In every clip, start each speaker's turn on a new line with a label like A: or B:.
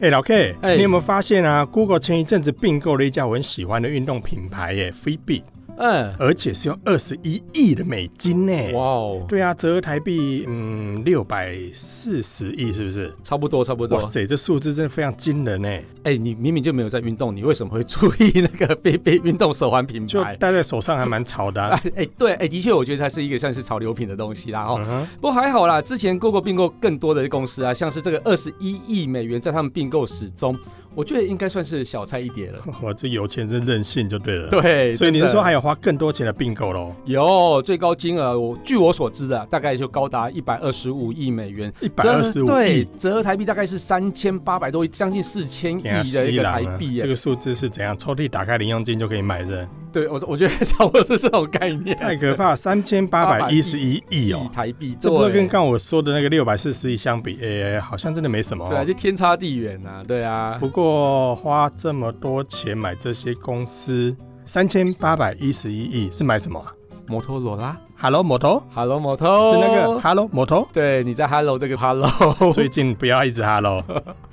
A: 哎、老 K，、
B: 哎
A: 你有没有发现啊？Google 前一阵子并购了一家我很喜欢的运动品牌耶，Fitbit，
B: 嗯，
A: 而且是用二十一亿的美金呢。
B: 哇哦，
A: 对啊，折合台币嗯六百四十亿是不是？
B: 差不多差不多
A: 哇。塞，这数字真的非常惊人呢！
B: 哎、你明明就没有在运动，你为什么会注意那个飞飞运动手环品
A: 就
B: 牌？
A: 戴在手上还蛮潮的、啊
B: 哎。、对，哎、的确，我觉得它是一个算是潮流品的东西啦。哦，
A: 嗯哼
B: 不过还好啦，之前 Google 并购更多的公司啊，像是这个二十一亿美元，在他们并购史中，我觉得应该算是小菜一碟了。
A: 我这有钱真任性就 对了。，
B: 对，
A: 所以你是
B: 真的
A: 说还有花更多钱的并购喽？
B: 有最高金额？我据我所知的，啊大概就高达一百二十五亿美元，
A: 一百二十五
B: 折合对
A: 亿，，
B: 折合台币大概是三千八百多亿，将近四千亿
A: 给他
B: 的一
A: 吸
B: 个
A: 狼
B: 台
A: 啊
B: 币耶
A: 这。个数字是怎样？抽屉打开零用金就可以买的，
B: 对我，我觉得差不多是这种概 念。
A: 太可怕！三千八百一十一亿
B: 亿
A: 哦，
B: 台币，
A: 这不是
B: 对
A: 跟刚我说的那个六百四十亿相比，诶、好像真的没什么、
B: 对啊，
A: 哦。
B: 就天差地远呐、啊，对啊，
A: 不过花这么多钱买这些公司，三千八百一十一亿是买什么啊
B: 摩托罗拉
A: ？Hello 摩托
B: ，Hello 哦摩托，
A: 是那个 Hello 摩托。
B: 对，你在 Hello 这个 Hello，
A: 最近不要一直 Hello。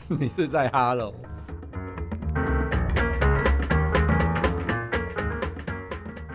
B: 你是在 Hello。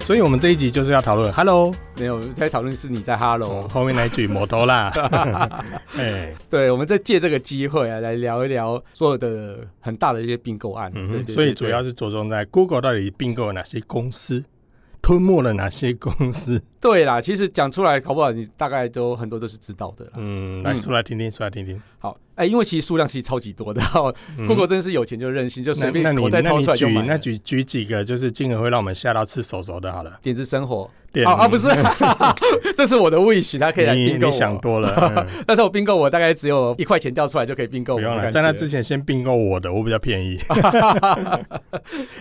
A: 所以，我们这一集就是要讨
B: 哦
A: 论 “hello”，、
B: 没有在讨论是你在 Hello，、
A: 哦、后面那一句摩托 啦。哎，
B: 对，我们在借这个机会啊，来聊一聊所有的很大的一些并购案。
A: 嗯
B: 对对
A: 哼，
B: 对
A: 所以
B: 对
A: 主要是着重在 Google 到底并购了哪些公司，吞没了哪些公司。
B: 对啦，其实讲出来搞不好你大概都很多都是知道的啦。
A: 嗯，来
B: 嗯
A: 说来听听，说来听听。
B: 好，哎、因为其实数量其实超级多的、 哦
A: 嗯
B: Google 真是有钱就任性，就随
A: 那
B: 便
A: 那
B: 口
A: 你
B: 袋
A: 那
B: 掏
A: 你
B: 出来就
A: 举
B: 买
A: 那
B: 了。
A: 举举几个，就是金额会让我们吓到吃手手的，好了。
B: 点子生活
A: 点
B: 哦啊，不是， 这是我的 wish，他可以来
A: 你
B: 并购
A: 你想
B: 我。
A: 多 了，嗯
B: 但是我并购我大概只有一块钱掉出来就可以并购我
A: 不
B: 的
A: 用
B: 感觉。啊
A: 了。在那之前先并购我的，我比较便宜。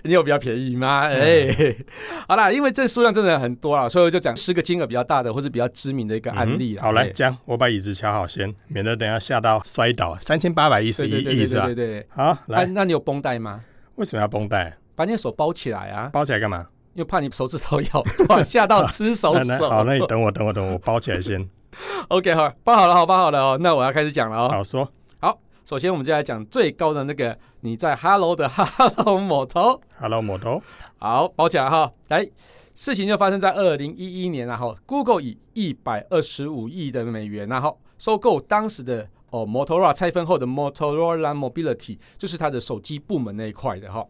B: 你有比较便宜吗？
A: 嗯
B: 哎、 好啦，因为这数量真的很多啦，所以我就讲十个金额比较大的或是比较知名的一个案例
A: 嗯
B: 啦。
A: 好来
B: 哎
A: 讲，我把椅子瞧好先，免得等一下吓到摔倒。三千八百一十
B: 哎对
A: 一
B: 对对
A: 亿
B: 对
A: 是吧
B: 对对？对。
A: 好，
B: 哎、
A: 来，
B: 那你有绷带吗？
A: 为什么要绷带？
B: 把你的手包起来啊，
A: 包起来干嘛？
B: 因为怕你手指头咬断， 吓到吃手
A: 那那
B: 手。
A: 好，那你等我，等我，等我，我包起来先。
B: OK，好，包好了，好，包好了哦。那我要开始讲了哦。
A: 好说，
B: 首先，我们就来讲最高的那个你在 Hello 的 Hello 某头。
A: Hello，摩
B: 啊
A: 托。
B: 好，包起来哈。来，事情就发生在二零一一年然后 Google 以一百二十五亿的美元然后收购当时的哦 Motorola 拆分后的 Motorola Mobility，就是它的手机部门那一块的哈。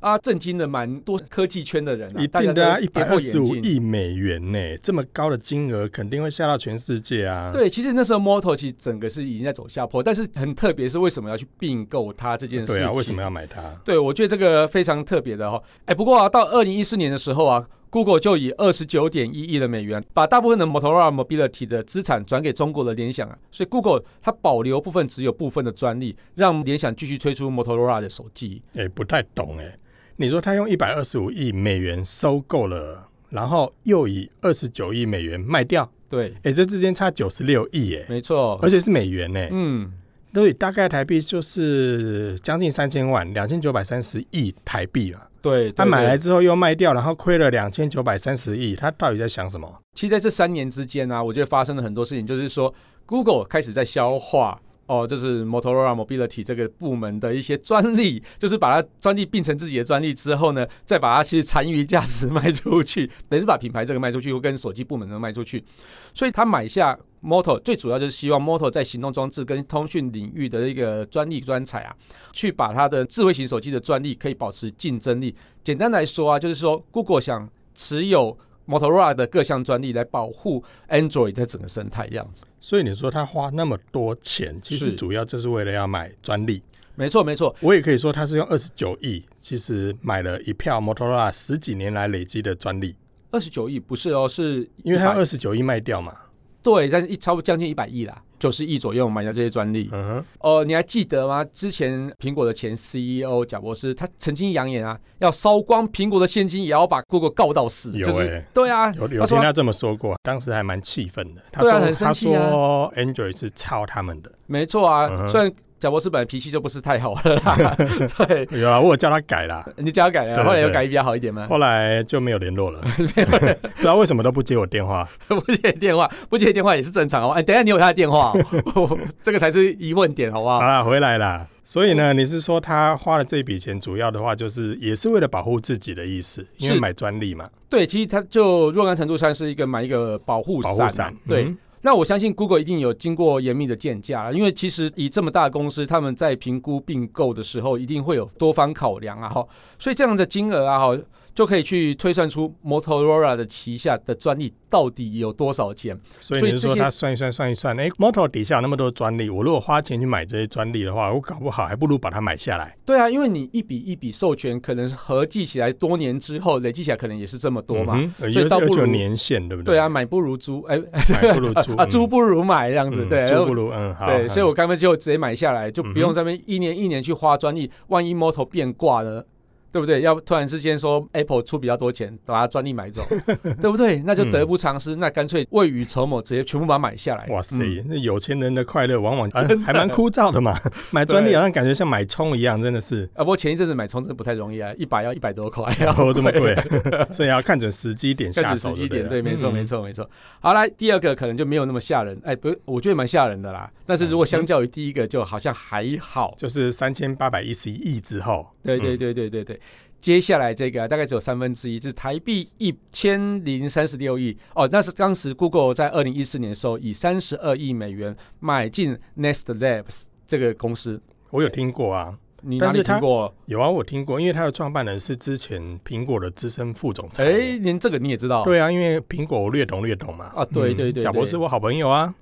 B: 啊，震惊了蛮多科技圈的人、啊，
A: 一定的啊，一百
B: 大家
A: 二
B: 都
A: 十
B: 跌破
A: 五
B: 眼镜
A: 亿美元呢、这么高的金额肯定会吓到全世界啊！，
B: 对，其实那时候 Moto 其实整个是已经在走下坡，但是很特别是为什么要去并购它这件事情？
A: 对啊，为什么要买它？
B: 对，我觉得这个非常特别的哈、哦。哎，不过啊，到二零一四年的时候啊，Google 就以二十九点一亿的美元，把大部分的 Motorola Mobility 的资产转给中国的联想啊，所以 Google 它保留部分只有部分的专利，让联想继续推出 Motorola 的手机。
A: 哎、不太懂哎、你说他用一百二十五亿美元收购了，然后又以二十九亿美元卖掉，
B: 对，
A: 哎、这之间差九十六亿哎，
B: 没错
A: 而。且是美元呢、
B: 嗯，
A: 所以大概台币就是将近三千万，两千九百三十亿台币吧。
B: 对，对
A: 他买
B: 对
A: 来之后又卖掉，然后亏了两千九百三十亿，他到底在想什么？
B: 其实在这三年之间呢、啊，我觉得发生了很多事情，就是说 Google 开始在消化。哦，就是 Motorola Mobility 这个部门的一些专利，就是把它专利并成自己的专利之后呢，再把它其实残余价值卖出去， 等于是把品牌这个卖出去，又跟手机部门能卖出去。所以他买下 Moto，最主要就是希望 Moto 在行动装置跟通讯领域的一个专利专采啊，去把它的智慧型手机的专利可以保持竞争力。简单来说啊，就是说 Google 想持有 Motorola 的各项专利来保护 Android 的整个生态这样子。
A: 所以你说他花那么多钱，其实
B: 是
A: 主要就是为了要买专利。
B: 没错，没错，
A: 我也可以说，他是用二十九亿，其实买了一票摩托罗拉十几年来累积的专利，
B: 二十九亿不是哦，是
A: 因为他
B: 100
A: 二十九亿卖掉嘛。
B: 对，但是一超将近一百亿啦，九十亿左右买下这些专利。
A: 嗯哼，
B: 哦，你还记得吗？之前苹果的前 CEO 贾博士，他曾经扬言啊，要烧光苹果的现金，也要把 Google 告到死。
A: 有
B: 就是
A: 欸
B: 对啊，
A: 有有
B: 他说
A: 听他这么说过，当时还蛮气愤的。他
B: 对
A: 说、
B: 啊很生
A: 他
B: 气啊
A: 说 Android 是抄他们的，
B: 没错啊。
A: 嗯哼
B: 虽然贾博士本来脾气就不是太好了 啦，对，
A: 有啊，我有叫他改 啦，
B: 你就要改
A: 对
B: 了，后来有
A: 对
B: 改比较好一点吗？
A: 后来就没有联络 了，不知道为什么都不接我电话。
B: 不接电话，不接电话也是正常哦。哎，等一下你有他的电话哦、 这个才是疑问点，好不
A: 好
B: 好？
A: 啦，回来啦。所以呢，你是说他花了这笔钱，主要的话就是也是为了保护自己的意思，因为
B: 是
A: 买专利嘛，
B: 对，其实它就若干程度算是一个买一个保护伞、
A: 保
B: 啊，
A: 护伞。
B: 对。
A: 嗯
B: 那我相信 Google 一定有经过严密的鉴价啦，因为其实以这么大的公司，他们在评估并购的时候，一定会有多方考量啊，哈，所以这样的金额啊，哈，就可以去推算出 Motorola 的旗下的专利到底有多少钱。
A: 所以
B: 所以
A: 你是说
B: 这些
A: 他算一算算一算，哎、m o t o 底下有那么多专利，我如果花钱去买这些专利的话，我搞不好还不如把它买下来。
B: 对啊，因为你一笔一笔授权，可能合计起来多年之后累积起来，可能也是这么多嘛。
A: 嗯哼，而
B: 所以
A: 且
B: 倒不
A: 而且有
B: 如
A: 年限，对不对？
B: 对啊，，买不如租，哎、
A: 买不如租
B: 啊，租不如买这样
A: 嗯
B: 子，
A: 嗯
B: 对，
A: 租不如嗯，好
B: 对，
A: 嗯
B: 所以我刚刚就直接买下来，就不
A: 嗯
B: 用
A: 哼
B: 这边一年一年去花专利，万一 Moto 变卦呢，对不对？要突然之间说 Apple 出比较多钱，把它专利 买走，对不对？那就得不偿失，那干脆未雨绸缪，直接全部把它买下来。
A: 哇塞
B: 嗯，
A: 那有钱人的快乐往往 啊还蛮枯燥的嘛，买专利好像感觉像买葱一样，真的是。
B: 啊，不过前一阵子买充真不太容易啊，一把要一百多块，啊
A: 哦，这么 贵，所以要看准时机点
B: 下
A: 下
B: 指
A: 手
B: 啊时
A: 就
B: 机
A: 对了，
B: 点，对，没错，
A: 嗯
B: 没。错，没错。好来，第二个可能就没有那么吓人，哎，不，我觉得蛮吓人的啦。但
A: 哎
B: 是
A: 嗯
B: 如果相较于第一个，就好像还好。
A: 就是三千八百一十一亿之后，
B: 对
A: 嗯，
B: 对对对对对。接下来这个、大概只有三分之一，就是台币一千零三十六亿哦，那是当时 Google 在二零一四年的时候以三十二亿美元买进 Nest Labs 这个公司，
A: 我有听过啊，
B: 你哪
A: 但
B: 里
A: 是它
B: 听过？
A: 有啊，我听过，因为他的创办人是之前苹果的资深副总裁。
B: 哎，连这个你也知道？，
A: 对啊，因为苹果我略懂略懂嘛。嗯
B: 啊对对对对
A: 贾博士我好朋友啊，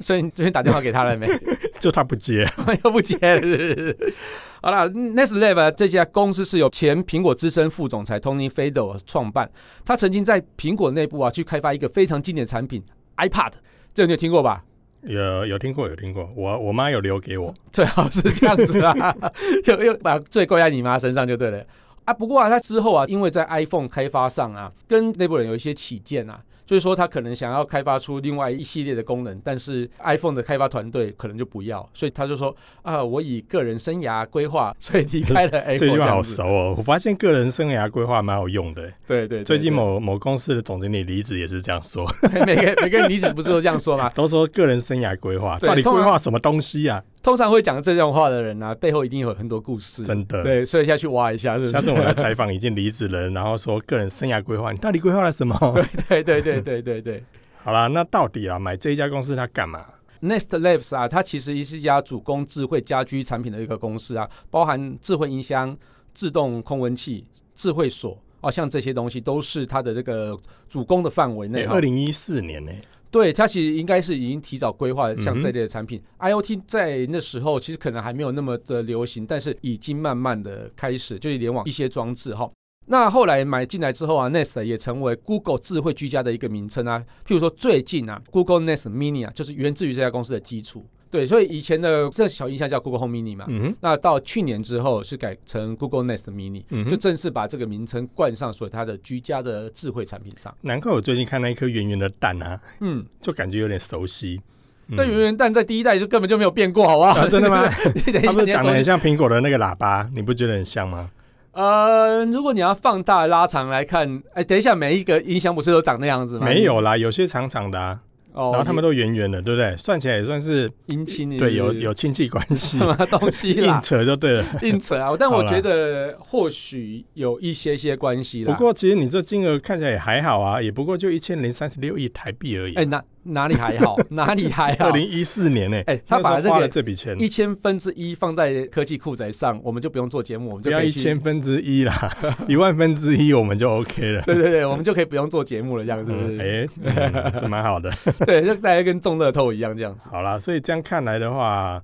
B: 所以你最近打电话给他 了没？
A: 就他不接，
B: 又不接了是不是。好了，Nest Lab 这家公司是由前苹果资深副总裁 Tony Fadell 创办，他曾经在苹果内部啊去开发一个非常经典的产品 iPad，这个你有听过吧？
A: 有有听过有听过，我我妈有留给我，
B: 最好是这样子啦， 又又把罪怪在你妈身上就对了啊。不过啊，他之后啊，因为在 iPhone 开发上啊，跟内部人有一些起见啊，就是说他可能想要开发出另外一系列的功能，但是 iPhone 的开发团队可能就不要，所以他就说啊，我以个人生涯规划， 所以离开了 Apple
A: 这句话好
B: 哎样子
A: 熟哦。我发现个人生涯规划蛮有用的，
B: 对对对
A: 最近某某公司的总经理离职也是这样说，
B: 对 每个每个人离职不是都这样说吗？
A: 都说个人生涯规划，
B: 对
A: 到底规
B: 通常
A: 划什么东西啊？
B: 通常会讲这种话的人啊，背后一定有很多故事。
A: 真的。
B: 对，所以下去挖一下，是不是？
A: 下次我们来采访已经离职了，然后说个人生涯规划，你到底规划了什么？
B: 对对对对对对。
A: 好啦，那到底啊，买这一家公司它干嘛？
B: Nest Labs 啊，它其实是一家主攻智慧家居产品的一个公司啊，包含智慧音箱、自动控温器、智慧锁哦，像这些东西都是它的这个主攻的范围内哈。
A: 二零一四年呢、
B: 对，它其实应该是已经提早规划
A: 嗯
B: 像
A: 哼
B: 这类的产品。IoT 在那时候其实可能还没有那么的流行，但是已经慢慢的开始，就是联网一些装置哈。那后来买进来之后啊，Nest 也成为 Google 智慧居家的一个名称啊。譬如说最近啊，Google Nest Mini 啊，就是源自于这家公司的基础。对，所以以前的这小音箱叫 Google Home Mini 嘛，
A: 嗯哼，
B: 那到去年之后是改成 Google Nest Mini，、
A: 嗯
B: 就
A: 哼，
B: 正式把这个名称冠上所有它的居家的智慧产品上。
A: 难怪我最近看那一颗圆圆的蛋啊，
B: 嗯，
A: 就感觉有点熟悉。嗯
B: 那圆圆蛋在第一代就根本就没有变过，好不好？
A: 啊，真的吗？
B: 你 等一下
A: 它不是
B: 哎你要
A: 长得
B: 手
A: 很
B: 机
A: 像苹果的那个喇叭，你不觉得很像吗？
B: 呃，如果你要放大拉长来看，哎，等一下，每一个音箱不是都长那样子吗？
A: 没有啦，有些长长的啊，
B: 哦，
A: 然后他们都圆圆的，对不对？算起来也算是
B: 音亲，
A: 对，有有亲戚关 系
B: 什，么东 西
A: 硬
B: 啦，
A: 扯就对了。
B: 硬扯啊！但
A: 好
B: 我
A: 啦
B: 觉得或许有一些些关系啦。
A: 不，过其实你这金额看起来也还好啊，也不过就一千零三十六亿台币而已。
B: 哎，哪哪里还 好，哪里还好
A: 二？零一四年呢、
B: 哎他
A: 那时候
B: 把这
A: 花
B: 个
A: 了这笔钱，
B: 一千分之一放在科技酷宅上，我们就不用做节目，我们
A: 不
B: 就
A: 要
B: 可以
A: 一
B: 去
A: 千。分之一啦， 一万分之一我们就 OK 了。
B: 对对对，我们就可以不用做节目了，这样子。
A: 嗯，哎、嗯这蛮好的。
B: 对，就大家跟中乐透一样这样子。
A: 好啦，所以这样看来的话，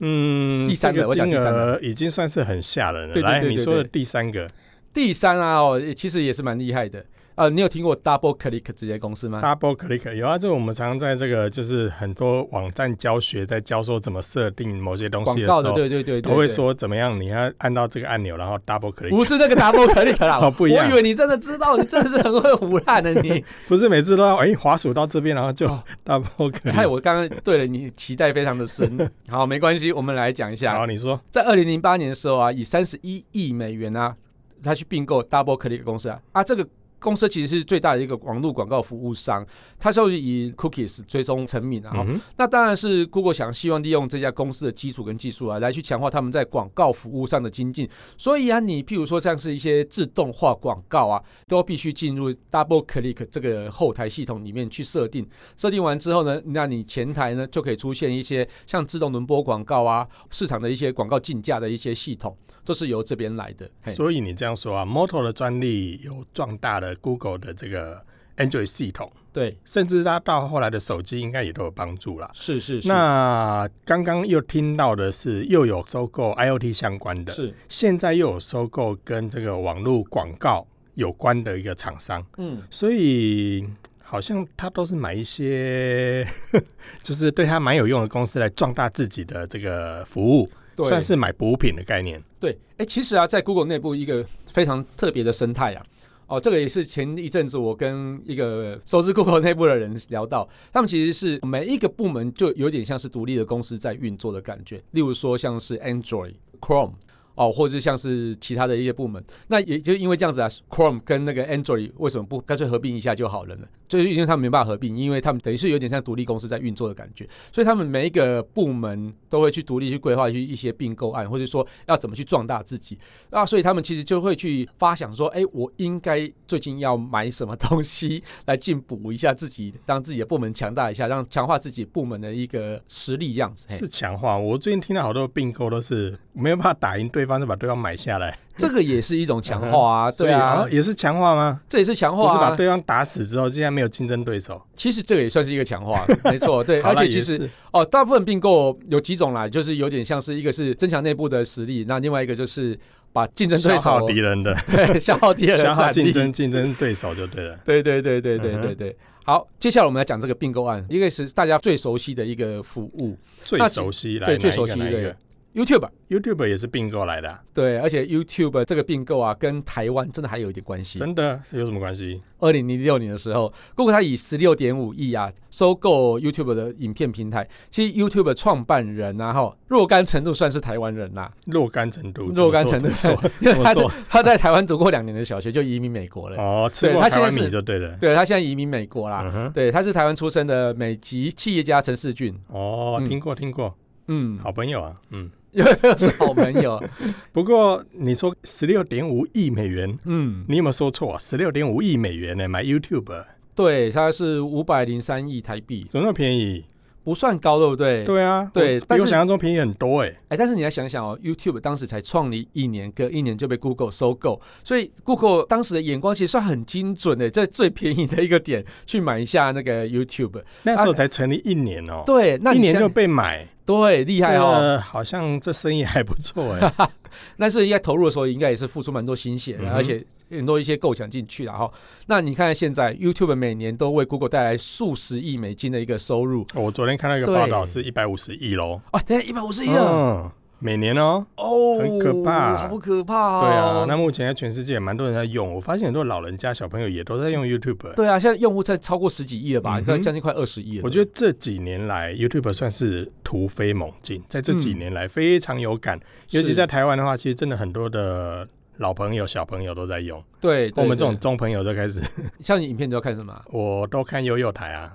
A: 嗯，
B: 第三个
A: 这
B: 我讲
A: 金
B: 第三
A: 额
B: 个
A: 已经算是很吓人了。
B: 对对
A: 来，
B: 对
A: 你
B: 对
A: 说的
B: 对
A: 第三个，
B: 第三啊，哦，其实也是蛮厉害的。呃，你有听过 Double Click 这些公司吗？
A: Double Click 有啊，这我们常常在这个就是很多网站教学在教授怎么设定某些东
B: 广
A: 西的时
B: 告的，
A: 候，
B: 对对对对
A: 都会
B: 对
A: 说怎么样，你要按到这个按钮，然后 Double Click，
B: 不 是那个 Double Click 啦，
A: 哦不一样
B: 我以为你真的知道，你真的是很会胡乱的 你。
A: 不是每次都要哎滑鼠到这边，然后就
B: 哦
A: Double Click。
B: 害我刚刚对了你期待非常 的深。好，没关系，我们来讲一
A: 然
B: 下
A: 后，你说
B: 在二零零八年的时候啊，以三十一亿美元啊，他去并购 Double Click 公司啊，啊这个。公司其实是最大的一个网络广告服务商，它就是以 cookies 追踪成名啊，然后
A: 嗯哼
B: 那当然是 Google 想希望利用这家公司的基础跟技术啊，来去强化他们在广告服务上的精进。所以啊，你譬如说像是一些自动化广告啊，都必须进入 Double Click 这个后台系统里面去设定。设定完之后呢，那你前台呢就可以出现一些像自动轮播广告啊，市场的一些广告竞价的一些系统，都是由这边来的。嘿
A: 所以你这样说啊，Moto 的专利有壮大了 Google 的这个 Android 系统，
B: 对，
A: 甚至它到后来的手机应该也都有帮助啦。
B: 是是是，
A: 那刚刚又听到的是，又有收购 IoT 相关的，
B: 是
A: 现在又有收购跟这个网络广告有关的一个厂商，
B: 嗯。
A: 所以好像他都是买一些 就是对他蛮有用的公司来壮大自己的这个服务，
B: 对
A: 算是买补品的概念。
B: 对，哎、其实啊，在 Google 内部一个非常特别的生态啊，哦，这个也是前一阵子我跟一个熟知 Google 内部的人聊到，他们其实是每一个部门就有点像是独立的公司在运作的感觉，例如说像是 Android、Chrome。哦，或者像是其他的一些部门，那也就因为这样子啊，Chrome 跟那个 Android 为什么不干脆合并一下就好了呢？就是因为他们没办法合并，因为他们等于是有点像独立公司在运作的感觉。所以他们每一个部门都会去独立去规划去一些并购案，或者说要怎么去壮大自己啊，所以他们其实就会去发想说，哎、我应该最近要买什么东西来进补一下自己，让自己的部门强大一下，让强化自己部门的一个实力这样子。嘿
A: 是强化。我最近听到好多并购都是没有办法打赢对方，就把对方买下来。
B: 这个也是一种强化啊，啊对啊
A: 所以，哦也是强化吗？
B: 这也是强
A: 不
B: 化、
A: 是把
B: 啊，
A: 对方打死之后，竟然没有竞争对手。
B: 其实这个也算是一个 强化，没错，对，
A: 好
B: 而
A: 啦
B: 且其
A: 也
B: 实
A: 是
B: 哦，大部分并购有几种啦，就是有点像是一个是增强内部的实力，那另外一个就是把竞争对
A: 消耗
B: 手
A: 敌人的，
B: 对，消耗敌人
A: 消
B: 的
A: 耗
B: 战
A: 竞
B: 力。
A: 争竞争对手就对了。
B: 对对对对对
A: 嗯
B: 对
A: 哼
B: 对。好，接下来我们来讲这个并购案，一个是大家最熟悉的一个服务
A: 最
B: 那其
A: 熟悉来
B: 对
A: 哪
B: 最
A: 一
B: 熟
A: 个
B: 悉
A: 哪一
B: 的
A: 个
B: YouTube。
A: YouTube 也是并购来的啊、
B: 对，而且 YouTube 这个并购啊，跟台湾真的还有一点关系。
A: 真的有什么关系？
B: 二零零六年的时候，Google 它以十六点五亿啊收购 YouTube 的影片平台。其实 YouTube 的创办人啊，哈，若干程度算是台湾人啦、
A: 若干程度，
B: 若干程
A: 怎
B: 度
A: 哦么说，
B: 因为
A: 怎么
B: 他在
A: 说
B: 他在台湾读过两年的小学，就移民美国了。
A: 哦，吃
B: 对
A: 过
B: 他
A: 台湾
B: 现在是
A: 米就对了。
B: 对他现在移民美国啦。
A: 嗯哼，
B: 对，他是台湾出生的美籍企业家陈世俊。
A: 哦，
B: 嗯
A: 听过听过，
B: 嗯，
A: 好朋友啊，嗯。
B: 又是好朋友。
A: 不过你说十六点五亿美元，
B: 嗯，
A: 你有没有说错、啊？十六点五亿美元呢、买 YouTube 啊
B: 对，他是五百零三亿台币，
A: 怎么那么便宜？
B: 不算高，对不对？
A: 对啊，
B: 对
A: 我
B: 但
A: 比
B: 是
A: 我想象中便宜很多哎、
B: 哎，但是你要想想哦，YouTube 当时才创立一年，隔一年就被 Google 收购，所以 Google 当时的眼光其实算很精准的，在最便宜的一个点去买一下那个 YouTube。
A: 那时候才成立一年哦、
B: 啊对，那
A: 一
B: 你
A: 年
B: 想
A: 就啊被买，
B: 对厉害哦。
A: 这好像这生意还不错哎、
B: 但是应该投入的时候，应该也是付出蛮多心血的，
A: 嗯哼
B: 而且很多一些构想进去了哈。那你看现在 YouTube 每年都为 Google 带来数十亿美金的一个收入
A: 我昨天看到一个
B: 对
A: 报道是一百五十亿喽，
B: 啊，等一下一百五十亿了
A: 嗯，每年哦、
B: 哦，
A: 很可怕
B: 好可怕哦。
A: 对啊，那目前在全世界蛮多人在用，我发现很多老人家、小朋友也都在用 YouTube。
B: 对啊，现在用户在超过十几亿了吧？
A: 嗯
B: 快
A: 哼
B: 将近快二十亿了。
A: 我觉得这几年来 YouTube 算是突飞猛进，在这几
B: 嗯
A: 年来非常有感，
B: 是
A: 尤其在台湾的话，其实真的很多的老朋友、小朋友都在用，
B: 对对
A: 哦我们这种
B: 对
A: 中朋友都开始，
B: 像你影片都要看什么啊？
A: 我都看悠悠台啊，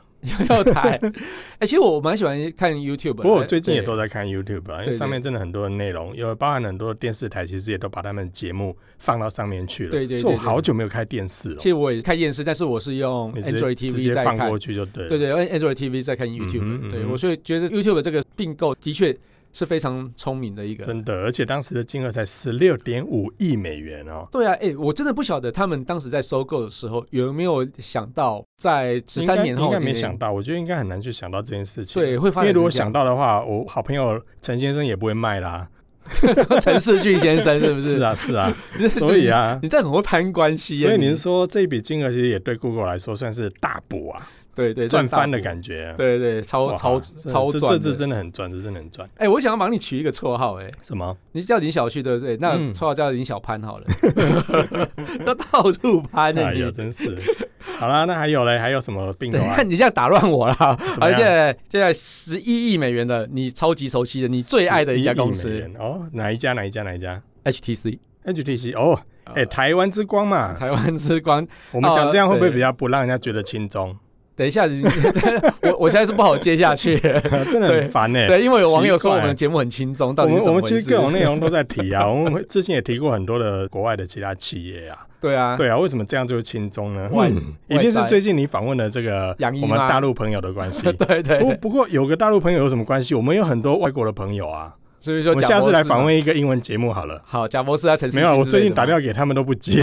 B: 要 台。哎，其实我蛮喜欢看 YouTube 的。
A: 不过我最近也
B: 对
A: 都在看 YouTube，啊因
B: 对
A: 为
B: 对
A: 上面真的很多的内容，有包含很多电视台，其实也都把他们的节目放到上面去了。
B: 对对对
A: 所以我
B: 对
A: 好久没有开电视了
B: 其，实我也看电视，但是我是用
A: 你直接
B: Android
A: 直
B: TV
A: 接
B: 在
A: 放
B: 看。
A: 过去就对了。
B: 对对，用 Android TV 在看 YouTube，、
A: 嗯哼
B: 对
A: 嗯哼
B: 我所以觉得 YouTube 这个并购的确是非常聪明的一个。
A: 真的，而且当时的金额才十六点五亿美元哦，
B: 对啊，哎、我真的不晓得他们当时在收购的时候有没有想到，在十三年后
A: 应该
B: 今
A: 没
B: 天
A: 想到，我觉得应该很难去想到这件事情。啊
B: 对会发
A: 因
B: 展
A: 为如
B: 成
A: 果
B: 这样
A: 想到的话，我好朋友陈先生也不会卖啦。
B: 陈世俊先生是不是？
A: 是 啊，是啊，
B: 你这，
A: 所以啊
B: 你，这很会攀关系啊耶。
A: 所以您说这笔金额其实也对 Google 来说算是大补啊，
B: 对对
A: 赚翻的
B: 觉，
A: 感觉。啊
B: 对对，超
A: 哇
B: 超
A: 这
B: 超
A: 这
B: 赚
A: 这
B: 的。
A: 这真的很赚，这真的很赚。
B: 哎、我想要帮你取一个绰号、哎，
A: 什么？
B: 你叫林小旭对不对？那
A: 嗯
B: 绰号叫林小潘好了， 都到处攀呢、
A: 哎
B: 你
A: 呀，真是。好啦，那还有嘞，还有什么病毒
B: 等一
A: 啊
B: 下？你这样打乱我了，
A: 怎么
B: 而
A: 样
B: 且现在十一亿美元的你超级熟悉的，你最爱的一家
A: 11亿
B: 公
A: 美
B: 司
A: 元哦，哪一家？哪一家？哪一家
B: HTC，
A: ？HTC 哦，
B: 呃
A: 哎，台湾之光嘛，
B: 台湾之光。
A: 我们讲这样会不会
B: 对
A: 比较不让人家觉得轻 松？
B: 等一下，你我我现在是不好接下去，
A: 真的很烦哎。
B: 对，因为有网友
A: 奇
B: 说
A: 怪
B: 我们的节目很轻松，到
A: 我
B: 底
A: 们
B: 是怎
A: 我
B: 么
A: 们
B: 回
A: 其实各种
B: 事？
A: 内容都在提啊， 我们之前也提过很多的国外的其他企业啊，
B: 对啊，
A: 对啊，为什么这样就轻松呢？
B: 外
A: 嗯一定
B: 外
A: 是
B: 在
A: 最近你访问的这个
B: 杨一
A: 我们
B: 吗
A: 大陆朋友的关系。
B: 对对
A: 不
B: 对，
A: 不过有个大陆朋友有什么关系？我们有很多外国的朋友啊。
B: 所以
A: 我
B: 说
A: 们
B: 贾
A: 下次
B: 博
A: 来
B: 士嘛
A: 访。问一个英文节目好了。
B: 好，贾博士啊，陈世
A: 没有，
B: 俊
A: 我
B: 之
A: 最
B: 类
A: 近
B: 的
A: 打
B: 嘛
A: 电话给他们都不接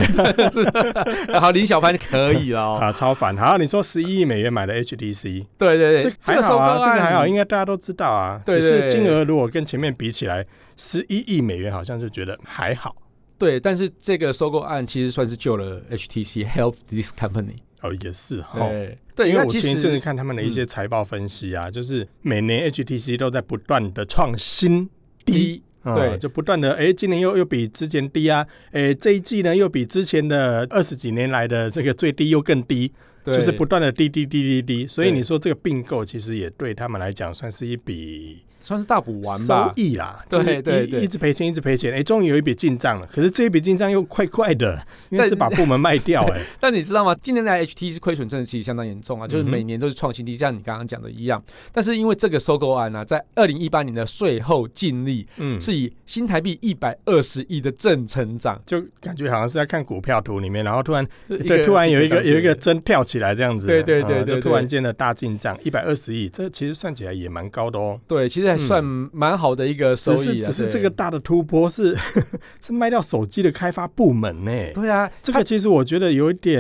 B: 好，林小潘可以了 哦。
A: 啊，超烦。好，你说十一亿美元买的 HTC，
B: 对对
A: 这
B: 对，
A: 还
B: 个收
A: 好
B: 割
A: 啊，这个还好，应
B: 为
A: 该大家都知道啊。
B: 对
A: 只是
B: 对
A: 金额如果跟前面比起来，十一亿美元好像就觉得还好。
B: 对，但是这个收购案其实算是救了 HTC help this company
A: 哦，也是哈。
B: 对。对，
A: 因为
B: 那
A: 我
B: 其
A: 前一阵子
B: 实嗯
A: 看他们的一些财报分析啊，就是每年 HTC 都在不断的创新低，
B: 低
A: 嗯
B: 对
A: 就不断的，哎，今年又又比之前低啊，哎，这一季呢又比之前的二十几年来的这个最低又更低，
B: 对
A: 就是不断的低低低低低，所以
B: 对
A: 你说这个并购其实也对他们来讲算是一笔
B: 算是大补完
A: 收
B: 吧。
A: 益啦，
B: 对
A: 就是一
B: 对对
A: 一直赔钱一直赔钱，哎，终于有一笔进账了，可是这一笔进账又快快的，因为
B: 但
A: 是把部门卖掉， 哎，
B: 但你知道吗？近年来 HTC 亏损真的其实相当严重啊，就是
A: 嗯哼
B: 每年都是创新低，像你刚刚讲的一样。但是因为这个收购案呢、啊，在二零一八年的税后净利
A: 嗯。
B: 是以新台币一百二十亿的正成长，
A: 就感觉好像是在看股票图里面，然后突然
B: 就是一
A: 对，
B: 个
A: 突然有一个有一个
B: 上去
A: 针跳起来这样子，
B: 对对
A: 啊
B: 对对
A: 就突
B: 对
A: 然间的大进账，一百二十亿，这其实算起来也蛮高的哦。
B: 对，其实还算蛮好的一个收
A: 只
B: 益、啊
A: 是只是
B: 对
A: 这个大的突破是 是卖掉手机的开发部门呢、
B: 对啊，
A: 这个其实我觉得有一点，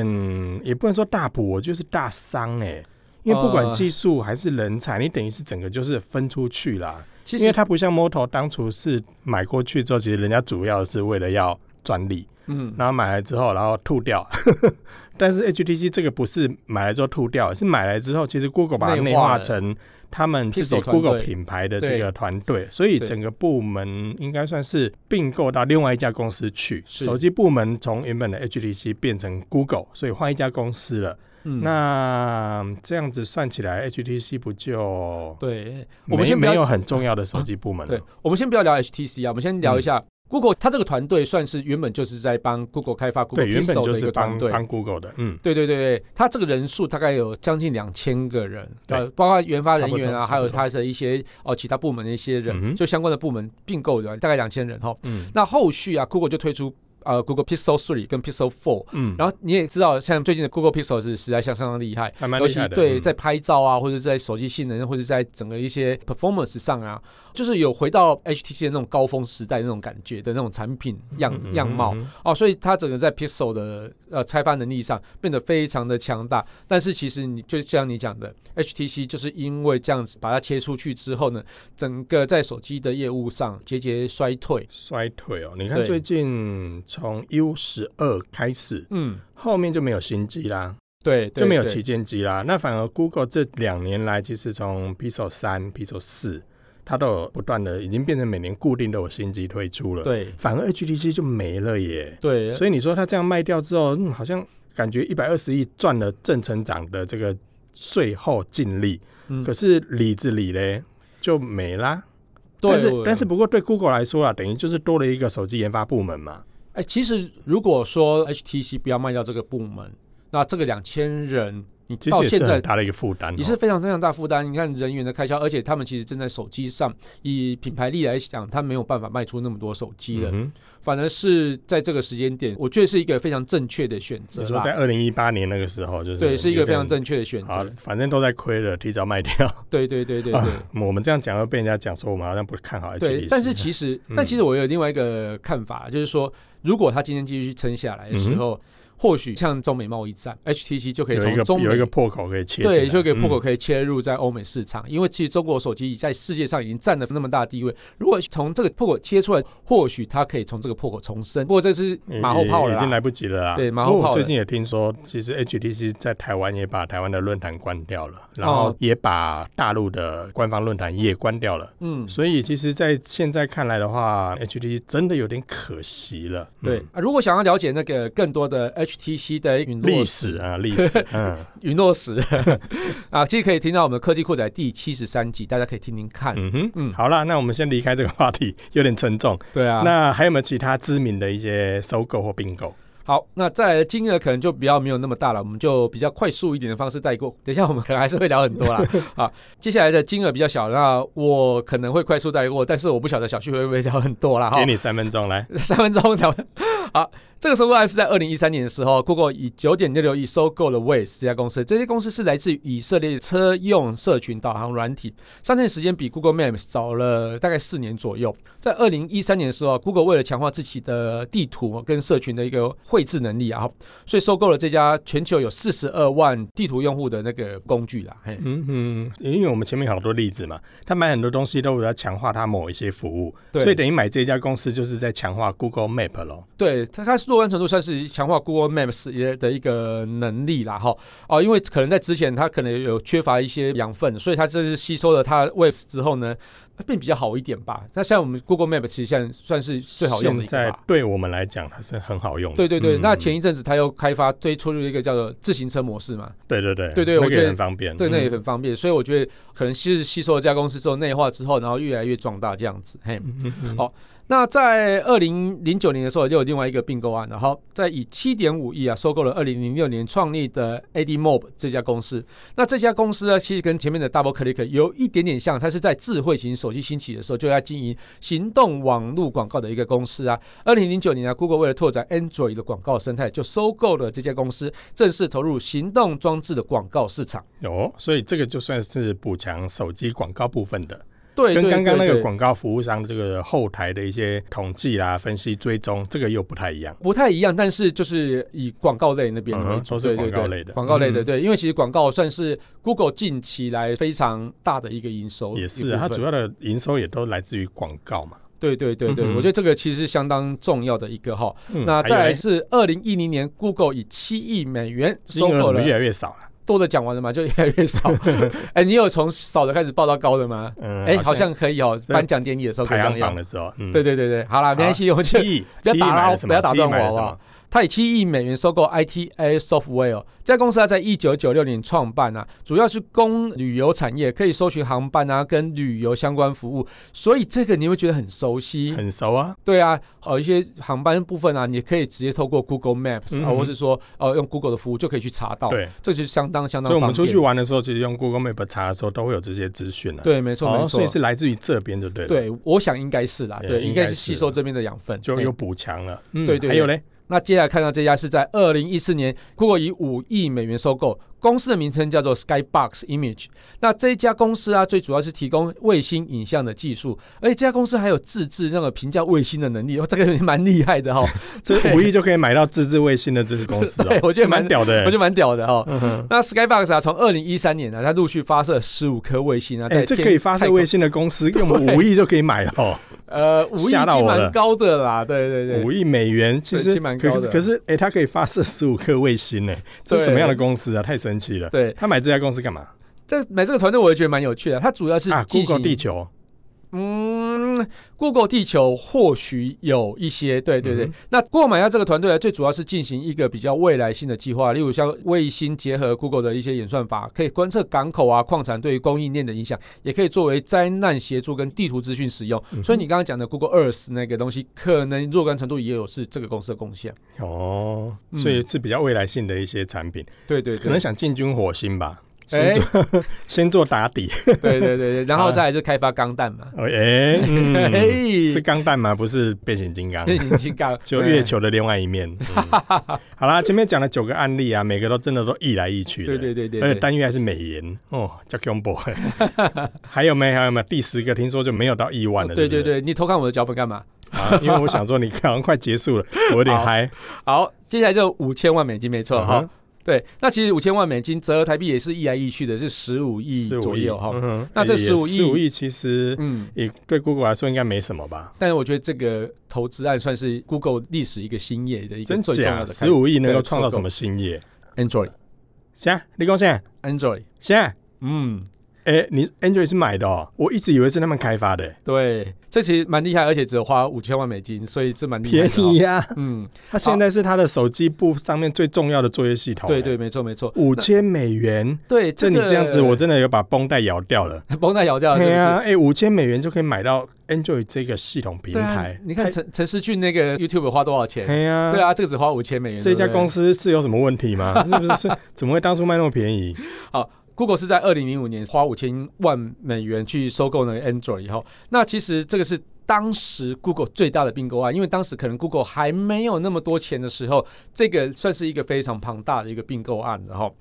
A: 也不能说大补，我觉得是大伤哎、因为不管
B: 呃
A: 技术还是人才，你等于是整个就是分出去啦。
B: 其
A: 因为
B: 实
A: 它不像 Moto 当初是买过去之后，其实人家主要是为了要专利，
B: 嗯，
A: 然后买来之后，然后吐掉。 但是 HTC 这个不是买来之后吐掉，是买来之后，其实 Google 把它
B: 内
A: 内
B: 化
A: 化
B: 了
A: 成他们自己
B: Pixel 团队
A: Google 品牌的这个团队，所以
B: 对
A: 整个部门应该算是并购到另外一家公司去。
B: 是
A: 手机部门从原本的 HTC 变成 Google，所以换一家公司了。
B: 嗯
A: 那这样子算起来，HTC 不就
B: 对，
A: 没
B: 我们先不
A: 没
B: 要
A: 有很重要的手机部门了
B: 对？，我们先不要聊 HTC 啊，我们先
A: 嗯
B: 聊一下 Google，它这个团队算是原本就是在帮 Google 开发 Google
A: 对，原本
B: Pixel
A: 就
B: 的一
A: 是
B: 个团
A: 帮
B: 队。
A: 帮 Google 的，嗯，
B: 对对对对，它这个人数大概有将近两千个人，
A: 对
B: 呃，包括研发人员啊，
A: 差
B: 还
A: 不
B: 有
A: 多差不多
B: 它的一些哦其他部门的一些人，
A: 嗯哼
B: 就相关的部门并购的大概两千人哈。
A: 嗯
B: 那后续啊，Google 就推出呃 Google Pixel Three 跟 Pixel Four，
A: 嗯，
B: 然后你也知道，像最近的 Google Pixel 是实在相当厉害，
A: 还蛮
B: 尤
A: 厉
B: 其
A: 害的，
B: 对
A: 嗯
B: 在拍照啊，或者在手机性能，或者在整个一些 performance 上啊，就是有回到 HTC 的那种高峰时代那种感觉的那种产品样
A: 嗯
B: 样貌
A: 嗯嗯
B: 哦，所以它整个在 Pixel 的呃开发能力上变得非常的强大。但是其实你就像你讲的，HTC 就是因为这样子把它切出去之后呢，整个在手机的业务上节节衰退。
A: 衰退哦。你看最
B: 对
A: 近从 U 十二开始，
B: 嗯，
A: 后面就没有新机啦，
B: 对，对
A: 就没有
B: 对
A: 旗舰机啦。那反而 Google 这两年来，其实从 Pixel 三、Pixel 四，它都有不断的，已经变成每年固定都有新机推出了。，
B: 对
A: 反而 HTC 就没了耶。
B: 对，
A: 所以你说它这样卖掉之后，嗯，好像感觉一百二十亿赚了正成长的这个税后净利，
B: 嗯
A: 可是里子里嘞就没啦。
B: 对
A: 但是
B: 我
A: 但是不过对 Google 来说啦，等于就是多了一个手机研发部门嘛。
B: 哎、其实如果说 HTC 不要卖掉这个部门，那这个两千人，你
A: 其
B: 到
A: 实也
B: 哦现
A: 是
B: 在
A: 很大的一个负担、哦。
B: 也是非常非常大负担。你看人员的开销，而且他们其实正在手机上，以品牌力来讲，他没有办法卖出那么多手机了，
A: 嗯哼
B: 反而是在这个时间点，我觉得是一个非常正确的选择
A: 你说
B: 啦。
A: 在二零一八年那个时候，就是
B: 对，是一个非常
A: 正
B: 正确的选
A: 好
B: 择。，
A: 反正都在亏了，提早卖掉。
B: 对对对对对。
A: 啊我们这样讲会被人家讲说我们好像不看好 HTC。
B: 对，但是其
A: 嗯
B: 实，但其实我有另外一个看法，就是说，如果他今天继续撑下来的时候，或许像中美贸易战，HTC 就可
A: 嗯
B: 以
A: 有一
B: 从
A: 个
B: 中美
A: 有一个破口可以切进来，
B: 对，就有一个破口
A: 嗯
B: 可以切入在欧美市场，因为其实中国手机在世界上已经占了那么大的地位，如果从这个破口切出来，或许它可以从这个破口重生。不过这是
A: 也
B: 马后炮了
A: 也已经
B: 啦。
A: 来不及了啦。
B: 对马后炮
A: 不过
B: 了
A: 我最近也听说，其实 HTC 在台湾也把台湾的论坛关掉了，然后
B: 哦
A: 也把大陆的官方论坛也关掉了。
B: 嗯，
A: 所以，其实，在现在看来的话，HTC 真的有点可惜了。嗯
B: 对、啊。如果想要了解那个更多的 HTC 的陨落
A: 历史啊，历史， 嗯
B: 陨落史 啊，其实可以听到我们科技酷仔第七十三集，大家可以听听看。
A: 嗯哼，
B: 嗯
A: 好啦，那我们先离开这个话题， 有点沉重。
B: 对啊，
A: 那还有没有其他知名的一些收购或并购？
B: 好，那再来的金额可能就比较没有那么大了，我们就比较快速一点的方式带过。等一下我们可能还是会聊很多啦。啊，接下来的金额比较小，那我可能会快速带过，但是我不晓得小旭会不会聊很多啦。哈
A: 给。你三分钟来。
B: 三分钟聊完。好，这个收购案是在二零一三年的时候，Google 以九点六六亿收购了 Waze 这家公司。这些公司是来自于以色列车用社群导航软体，上线时间比 Google Maps 早了大概四年左右。在二零一三年的时候，Google 为了强化自己的地图跟社群的一个绘制能力啊，所以收购了这家全球有四十二万地图用户的那个工具啦。嘿，
A: 嗯哼，因为我们前面有好多例子嘛，他买很多东西都有在强化他某一些服务，
B: 对
A: 所以等于买这家公司就是在强化 Google Map 咯。
B: 对它，它若干程度算是强化 Google Maps 也的一个能力啦，哈哦，因为可能在之前它可能有缺乏一些养分，所以它这是吸收了它 Waves 之后呢，变比较好一点吧。那像我们 Google Map 其实现在算是最好用的一
A: 现
B: 个
A: 在
B: 吧。
A: 对我们来讲，它是很好用的。
B: 对对对，
A: 嗯
B: 那前一阵子它又开发推出了一个叫做自行车模式嘛，
A: 对对对
B: 对对
A: 那
B: 我
A: 个
B: 觉得
A: 也很方便。
B: 对，那也
A: 嗯
B: 很方便，所以我觉得可能是吸收了这家公司之后内化之后，然后越来越壮大这样子，嘿。
A: 嗯嗯
B: 好那在二零零九年的时候，就有另外一个并购案，然后在以七点五亿啊收购了二零零六年创立的 AD Mob 这家公司。那这家公司呢，其实跟前面的 Double Click 有一点点像，它是在智慧型手机兴起的时候就在经营行动网络广告的一个公司啊。二零零九年啊，Google 为了拓展 Android 的广告生态，就收购了这家公司，正式投入行动装置的广告市场。
A: 哦，所以这个就算是补强手机广告部分的，
B: 对，
A: 跟
B: 对
A: 刚刚那
B: 对
A: 个
B: 对
A: 广告服务商这个后台的一些统计啦、分析、追踪，这个又不太一样。
B: 不太一样，但是就是以广告类那边为
A: 嗯哼
B: 主，
A: 都是
B: 对对
A: 广告
B: 对
A: 类的
B: 广告类的
A: 嗯
B: 对，因为其实广告算是 Google 近期来非常大的一个营收，
A: 也是、
B: 哦一
A: 啊，
B: 部
A: 它
B: 分
A: 主要的营收也都来自于广告嘛。
B: 对对对对，
A: 嗯哼
B: 我觉得这个其实是相当重要的一个哈。
A: 嗯
B: 那
A: 还
B: 再
A: 有
B: 来
A: 嘞
B: 是二零一零年，Google 以七亿美元
A: 金
B: 收
A: 额
B: 购
A: 怎么
B: 了，
A: 越来越少了？
B: 多的讲完了嘛，就越来 越少。哎，你有从少的开始报到高的吗？
A: 嗯，
B: 哎，好像可以哦，
A: 对
B: 颁奖典礼的时候可以
A: 排
B: 这样
A: 行
B: 用
A: 榜。的时候，嗯
B: 对对对对，好啦，没关系，我们
A: 七
B: 就
A: 亿，
B: 不要
A: 七亿
B: 打
A: 买
B: 扰
A: 了
B: 我
A: 什
B: 不
A: 么？
B: 要打
A: 七亿
B: 断
A: 买
B: 我
A: 了什
B: 好不
A: 么
B: 好？他以七亿美元收购 ITA Software 这家公司啊，在一九九六年创办啊，主要是供旅游产业，可以搜寻航班啊，跟旅游相关服务，所以这个你会觉得很熟悉。
A: 很熟啊，
B: 对啊，呃，一些航班部分啊，你可以直接透过 Google Maps 啊，
A: 嗯
B: 或是说呃用 Google 的服务就可以去查到，
A: 对。
B: 这就相当相
A: 所
B: 当
A: 以我
B: 方便。
A: 们出去玩的时候，其实用 Google Map 查的时候，都会有这些资讯啊。
B: 对，没错、没
A: 哦，
B: 错
A: 所以，是来自于这边，对不对？，
B: 对，我想应该是啦，
A: 也
B: 对，应
A: 应
B: 该
A: 该
B: 是吸
A: 是
B: 收这边的养分，
A: 就
B: 哎
A: 又补强了。嗯
B: 对对对
A: 还有嘞，
B: 那接下来看到这家是在二零一四年，Google 以五亿美元收购，公司的名称叫做 Skybox Image。那这一家公司啊，最主要是提供卫星影像的技术，而且这家公司还有自制那个评价卫星的能力，哦，这个也蛮厉害的 哈、哦。
A: 这五亿就可以买到自制卫星的这些公司
B: 对
A: 哦，
B: 我觉得蛮
A: 蛮屌的
B: 我觉
A: 欸。
B: 得蛮屌的哈、哦。
A: 嗯哼
B: 那 Skybox 啊，从二零一三年呢、啊，它陆续发射十五颗卫星啊，在
A: 哎，这
B: 天
A: 可以发射卫，星的公司，用我们五亿就可以买了哦，
B: 太空呃，五亿已
A: 吓到
B: 经
A: 我
B: 蛮
A: 了
B: 高的啦，对对对，
A: 五亿美元，其
B: 对其
A: 实
B: 实蛮
A: 可
B: 高
A: 是
B: 的
A: 可是哎，它可以发射十五颗卫星呢，这是
B: 对
A: 什么样的公司啊？太神奇了！
B: 对，
A: 他买这家公司干嘛
B: 这买这个团队我也觉得蛮有趣的，它主要是
A: 啊
B: 进行
A: ？Google 地球，
B: 嗯，Google 地球或许有一些，对对对。
A: 嗯哼
B: 那 Google 买下这个团队呢，最主要是进行一个比较未来性的计划，例如像卫星结合 Google 的一些演算法，可以观测港口啊、矿产对于供应链的影响，也可以作为灾难协助跟地图资讯使用。
A: 嗯哼
B: 所以你刚刚讲的 Google Earth 那个东西，可能若干程度也有是这个公司的贡献。
A: 哦，
B: 嗯
A: 所以是比较未来性的一些产品，
B: 对对对，
A: 可能想进军火星吧。
B: 哎
A: 先做、 先做打底，
B: 对对对对，然后
A: 啊
B: 再来就开发钢弹嘛，
A: 哦哎、 嗯，
B: 嘿，
A: 是钢弹吗？不是变形金刚，
B: 变形金刚，
A: 就月球的另外一面。嗯 好啦，前面讲了九个案例啊，每个都真的都一来一去
B: 对，
A: 的，
B: 对对对对
A: 而
B: 对
A: 且。单月还是美颜哦，叫 combo。还有没？还有没？第十个听说就没有到亿万了，
B: 哦对
A: 对
B: 对
A: 不对
B: 对，你偷看我的脚本干嘛？
A: 啊，因为我想说你好像快结束了，我有点
B: 好
A: 嗨。
B: 好，接下来就五千万美金，没错哈、
A: 嗯哼
B: 对，那其实五千万美金折合台币也是易来易去的，是十五亿
A: 15
B: 左右哈。
A: 嗯哼
B: 那这
A: 也
B: 15亿
A: 15亿其实
B: 嗯，
A: 也对 Google 来说应该没什么吧？
B: 但是我觉得这个投资案算是 Google 历史一个新业的一个
A: 真
B: 最重要
A: 假？
B: 的
A: 十五亿能够
B: 对
A: 创造什么新业？
B: Android
A: 现在立功现在
B: Android，
A: 现在，
B: 嗯，
A: 哎、你 Android 是买的哦，我一直以为是他们开发的、
B: 对，这其实蛮厉害，而且只花五千万美金，所以是蛮厉害
A: 便
B: 的、哦。
A: 宜啊呀、
B: 嗯，
A: 它现在是它的手机部上面最重要的作业系统、
B: 对对，没错没错。
A: 五千美元，
B: 对，
A: 这你
B: 个
A: 这样子， 我真的有把绷带咬掉了。
B: 绷带咬掉了，是
A: 对
B: 不
A: 啊，
B: 是？
A: 哎、五千美元就可以买到 Android 这个系统平
B: 对啊
A: 台。哎
B: 你看陈陈思俊那个 YouTube 花多少钱？
A: 嘿呀、
B: 对啊，这个只花五千美元。
A: 这家公
B: 司
A: 司是有什么问 题吗？是不是是怎么会当初卖那么便宜？
B: Google 是在二零零五年花五千万美元去收购那个 Android 以后，那其实这个是当时 Google 最大的并购案，因为当时可能 Google 还没有那么多钱的时候，这个算是一个非常庞大的一个并购案，然后。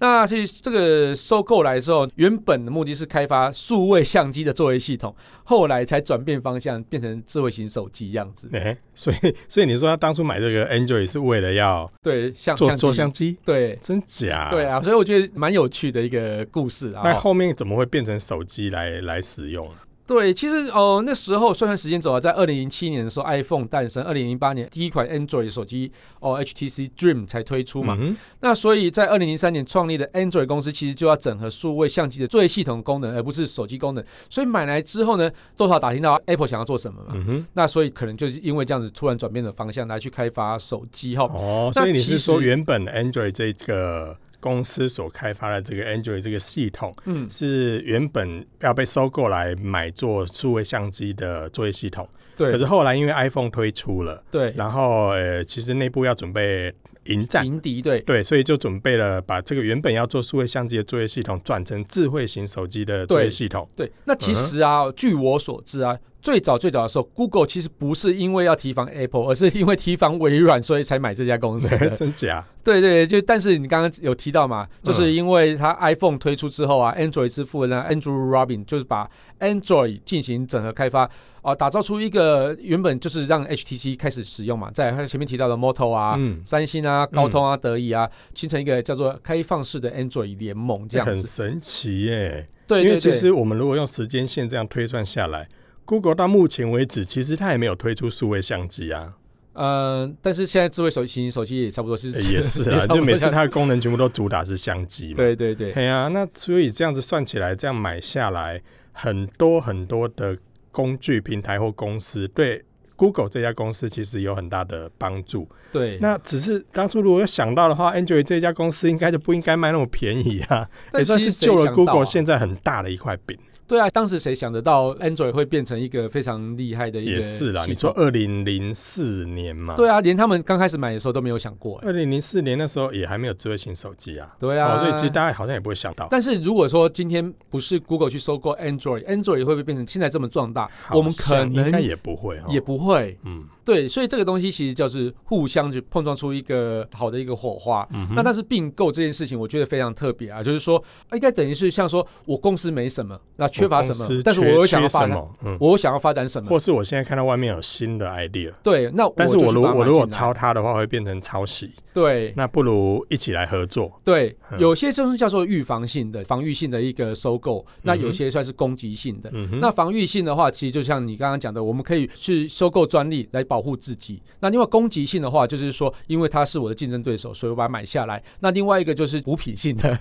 B: 那其实这个收购来之后，原本的目的是开发数位相机的作为系统，后来才转变方向，变成智慧型手机样子。
A: 哎、所以所以你说他当初买这个 Android 是为了要
B: 对，像
A: 做
B: 相
A: 做
B: 机，
A: 相机，
B: 对
A: 真假？
B: 对。啊，所以我觉得蛮有趣的一个故事啊。
A: 那
B: 哦
A: 后面怎么会变成手机来来使用？
B: 对，其实哦，那时候算算时间轴啊，在二零零七年的时候，iPhone 诞生，二零零八年第一款 Android 手机哦，HTC Dream 才推出嘛。
A: 嗯哼
B: 那所以在二零零三年创立的 Android 公司，其实就要整合数位相机的作业系统功能，而不是手机功能。所以买来之后呢，多少打听到 Apple 想要做什么嘛。
A: 嗯哼，
B: 那所以可能就是因为这样子突然转变了方向，来去开发手机哈。
A: 哦，
B: 那
A: 所以你
B: 其
A: 是说
B: 实
A: 原本 Android 这个公司所开发的这个 Android 这个系统，
B: 嗯，
A: 是原本要被收购来买做数位相机的作业系统，可
B: 对
A: 是后来因为 iPhone 推出了，
B: 对，
A: 然后呃，其实内部要准备迎战。
B: 鸣笛对。
A: 对，所以就准备了把这个原本要做数位相机的作业系统转成智慧型手机的作业
B: 对
A: 系统。
B: 对，那其实
A: 嗯
B: 啊，据我所知啊，最早最早的时候，Google 其实不是因为要提防 Apple，而是因为提防微软，所以才买这家公司的。
A: 真假？
B: 对对，就但是你刚刚有提到嘛，
A: 嗯
B: 就是因为它 iPhone 推出之后啊、a n d r o i d 之父呢 Andrew Robin 就是把 Android 进行整合开发，啊、打造出一个原本就是让 HTC 开始使用嘛，在它前面提到的 Moto 啊。
A: 嗯，
B: 三星啊、高通啊、德仪啊，形成一个叫做开放式的 Android 联盟这
A: 这
B: 样
A: 哎很
B: 子。
A: 神奇耶。
B: 对
A: 因
B: 对
A: 为其
B: 对，
A: 实我们如果用时间线这样推算下来，Google 到目前为止其实它也没有推出数位相机 啊，
B: 嗯，但是现在智慧手机手机也差不多是
A: 呃也 是啊，
B: 差不多
A: 就每次
B: 像
A: 它的功能全部都主打是相机嘛。
B: 对对对
A: 哎呀、那所以这样子算起来，这样买下来，很多很多的工具平台或公司对 Google 这家公司其实有很大的帮助。
B: 对，
A: 那只是当初如果有想到的话，Android 这家公司应该就不应该卖那么便宜啊，也算是救了 Google
B: 现
A: 现在很大的一块饼。
B: 啊对啊，当时谁想得到 Android 会变成一个非常厉害的一个
A: 也是啦，
B: 系
A: 你说
B: 统
A: 二啊零零四年嘛，
B: 对啊，连他们刚开始买的时候都没有想过、欸，
A: 二零零四年那时候也还没有智慧型手机啊，
B: 对啊，
A: 哦，所以其实大家好像也不会想到。
B: 但是如果说今天不是 Google 去收购 Android，Android 会不会变成现在这么壮大？我们
A: 好
B: 可
A: 像应该
B: 能
A: 也不会哈，哦
B: 也不会。
A: 嗯
B: 对，所以这个东西其实就是互相去碰撞出一个好的一个火花。
A: 嗯哼，
B: 那但是并购这件事情，我觉得非常特别啊，就是说，应该等于是像说我公司没什么，那缺乏什
A: 公
B: 么
A: 司，
B: 但是我
A: 缺
B: 有想要
A: 缺
B: 发
A: 什
B: 展，
A: 么，嗯，
B: 我有想要发展什么
A: 或，是我现在看到外面有新的 idea，
B: 对，那
A: 但是
B: 我
A: 我
B: 就是
A: 如
B: 把它
A: 我
B: 买
A: 如果
B: 进来
A: 抄他的话，会变成抄袭，
B: 对，
A: 那不如一起来合作。
B: 对，
A: 嗯
B: 有些就是叫做预防性的、防御性的一个收购，那
A: 嗯哼
B: 有些算是攻击性的。
A: 嗯哼，
B: 那防御性的话，其实就像你刚刚讲的，我们可以去收购专利来保护自己。那另外攻击性的话，就是说，因为它是我的竞争对手，所以我把它买下来。那另外一个就是补品 性的，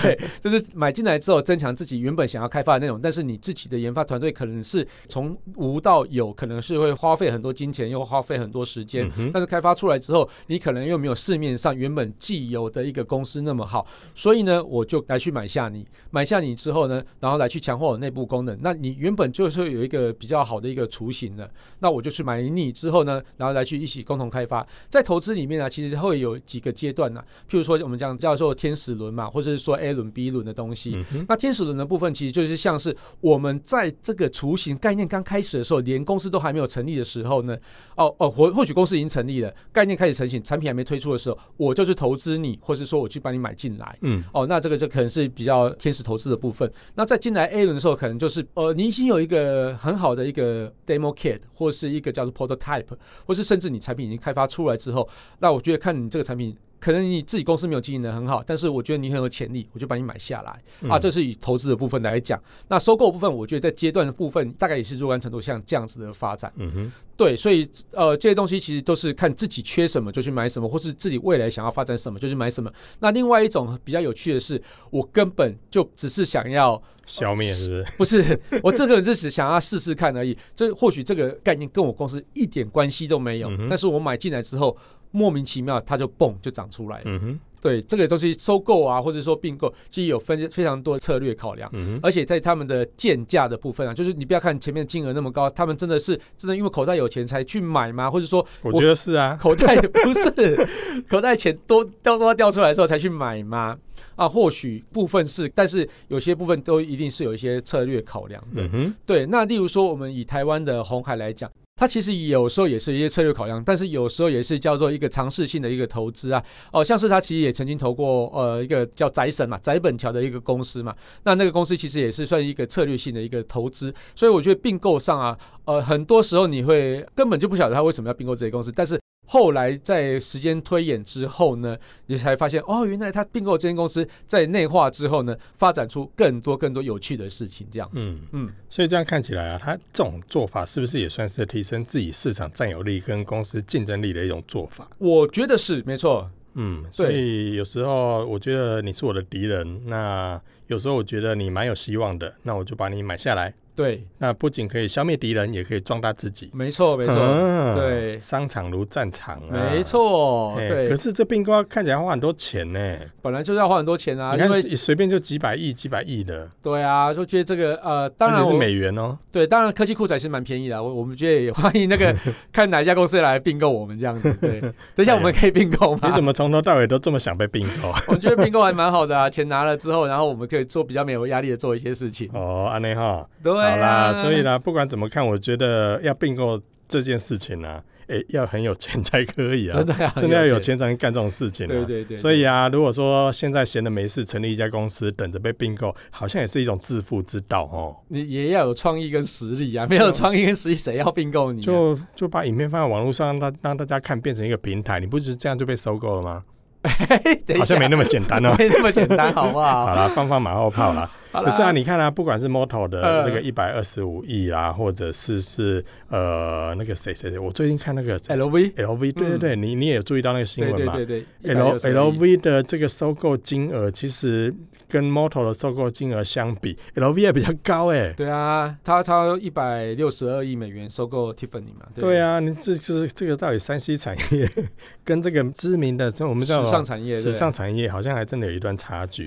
B: 对，就是买进来之后增强自己原本想要开发的内容，但是你自己的研发团队可能是从无到有，可能是会花费很多金钱，又花费很多时间
A: 嗯，哼
B: 但是开发出来之后，你可能又没有市面上原本既有的一个公司那么好，所以呢，我就来去买下你，买下你之后呢，然后来去强化我内部功能。那你原本就是有一个比较好的一个雏形了，那我就去买你之后呢，然后来去一起共同开发。在投资里面呢、其实会有几个阶段呢、啊譬如说我们讲叫做天使轮嘛，或者是说 A 轮、B 轮的东西。
A: 嗯哼，
B: 那天使轮的部分其实就是像是我们在这个雏形概念刚开始的时候，连公司都还没有成立的时候呢，哦哦，或或许公司已经成立了，概念开始成型，产品还没推出的时候，我就去投资你，或是说我去把你买进来。
A: 嗯，
B: 哦，那这个就可能是比较天使投资的部分。那在进来 A 轮的时候，可能就是呃，你已经有一个很好的一个 demo kit，或是一个叫做 prototype，或是甚至你产品已经开发出来之后，那我觉得看你这个产品，可能你自己公司没有经营的很好，但是我觉得你很有潜力，我就把你买下来、啊。
A: 嗯
B: 这是以投资的部分来讲。那收购部分，我觉得在阶段的部分，大概也是若干程度像这样子的发展。
A: 嗯哼，
B: 对，所以呃，这些东西其实都是看自己缺什么就去买什么，或是自己未来想要发展什么就去买什么。那另外一种比较有趣的是，我根本就只是想要，
A: 消灭是不是？
B: 不哦是我这个人只是想要试试看而已。这或许这个概念跟我公司一点关系都没有，
A: 嗯哼
B: 但是我买进来之后，莫名其妙它就蹦就长出来了。
A: 嗯哼，
B: 对，这个东西收购啊，或者说并购，其实有分非常多的策略考量。
A: 嗯哼，
B: 而且在他们的建价的部分啊，就是你不要看前面金额那么高，他们真的是真的因为口袋有钱才去买吗？或者说
A: 我觉得是啊，
B: 口袋不是 口袋钱多掉多掉出来的时候才去买吗？啊，或许部分是，但是有些部分都一定是有一些策略考量的。
A: 嗯哼，
B: 对，那例如说我们以台湾的红海来讲。它其实有时候也是一些策略考量，但是有时候也是叫做一个尝试性的一个投资啊。哦，像是它其实也曾经投过呃一个叫宅神嘛、宅本桥的一个公司嘛，那那个公司其实也是算一个策略性的一个投资。所以我觉得并购上啊，呃，很多时候你会根本就不晓得他为什么要并购这些公司，但是。后来在时间推演之后呢，你才发现哦，原来他并购这间公司在内化之后呢，发展出更多更多有趣的事情，这样子。
A: 嗯。
B: 嗯，
A: 所以这样看起来啊，他这种做法是不是也算是提升自己市场占有力跟公司竞争力的一种做法？
B: 我觉得是没错，
A: 嗯，所以有时候我觉得你是我的敌人，那有时候我觉得你蛮有希望的，那我就把你买下来。
B: 对，
A: 那不仅可以消灭敌人，也可以壮大自己。
B: 没错，没错，
A: 嗯
B: 对
A: 商场如战场、啊，
B: 没错，
A: 嘿。
B: 对
A: 可，是这并购看起来花很多钱呢、
B: 本来就是要花很多钱啊，
A: 你
B: 因为
A: 看随便就几百亿、几百亿的，
B: 对啊，就觉得这个呃，当
A: 而
B: 然
A: 且是
B: 我
A: 美元 哦、
B: 对，当然科技库才是蛮便宜的啊、我我们觉得也欢迎那 个看哪一家公司来并购我们这样子。对，等一下我们可以并购吗？
A: 你怎么从头到尾都这么想被哦并购？
B: 我觉得并购还蛮好的啊，钱拿了之后，然后我们可以做比较没有压力的做一些 事情。
A: 哦，安内哈。
B: 对、啊，
A: 好啦，所以啦，不管怎么看，我觉得要并购这件事情呢、 啊，诶、要很有钱才可以啊，
B: 真的呀、
A: 真的要有，钱才能干这种事情、啊。
B: 对对对对
A: 所以啊，如果说现在闲的没事，成立一家公司，等着被并购，好像也是一种致富之道哦。
B: 你也要有创意跟实力啊，没有创意跟实力，谁要并购你、啊？
A: 就就把影片放在网络上，让大让大家看，变成一个平台，你不觉得这样就被收购了吗？
B: 哎等一下
A: 好像没那么简单哦、
B: 没那么简单，好不好？
A: 好啦，放放马后炮啦。
B: 好啦
A: 可是啊，你看啊，不管是 Moto 的
B: 嗯
A: 这个一百二十五亿啊，或者是是呃那个谁谁谁，我最近看那个
B: LV，
A: LV，对对对，你你也有注意到那个新
B: 对
A: 闻
B: 对
A: 嘛？
B: 嗯对对
A: L
B: 160亿
A: LV 的这个收购金额，其实跟 Moto 的收购金额相比，LV 也比较高哎、
B: 对啊，他他一百六十二亿美元收购 Tiffany 嘛，对
A: 对
B: 啊，
A: 啊，你这这这个到底三 C 产业 跟这个知名的，这我
B: 我
A: 们叫
B: 时尚产业，
A: 时尚
B: 对
A: 产业，好像还真的有一段差 距。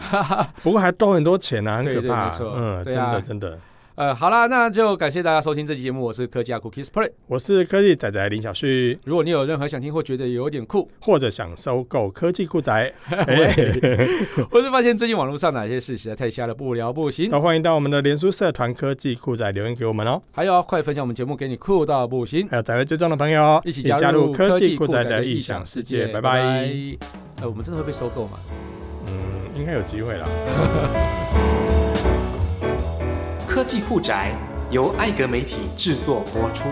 A: 不过还都很多钱啊，很
B: 对
A: 可
B: 对
A: 怕、
B: 没错
A: 嗯，
B: 对
A: 真
B: 啊
A: 的真的。
B: 呃，好啦，那就感谢大家收听这期节目，我是科技阿酷 Kiss Play。
A: 我是科技仔仔林小旭，
B: 如果你有任何想听或觉得有点酷，
A: 或者想收购科技酷哎 宅，哦
B: 或是发现最近网络上哪些事实在太瞎了，不聊不行。
A: 都欢迎到我们的脸书社团科技酷宅留言给我们哦。
B: 还有啊，快分享我们节目给你酷到不行，
A: 还有宅位追踪的朋友哦，
B: 一起
A: 加
B: 加
A: 入科技
B: 技
A: 酷
B: 宅
A: 宅的异想世界。拜
B: 拜
A: 拜。
B: 呃，我们真的会被收购吗？
A: 嗯，应该有机会啦。
C: 科技酷宅由艾格媒体制作播出。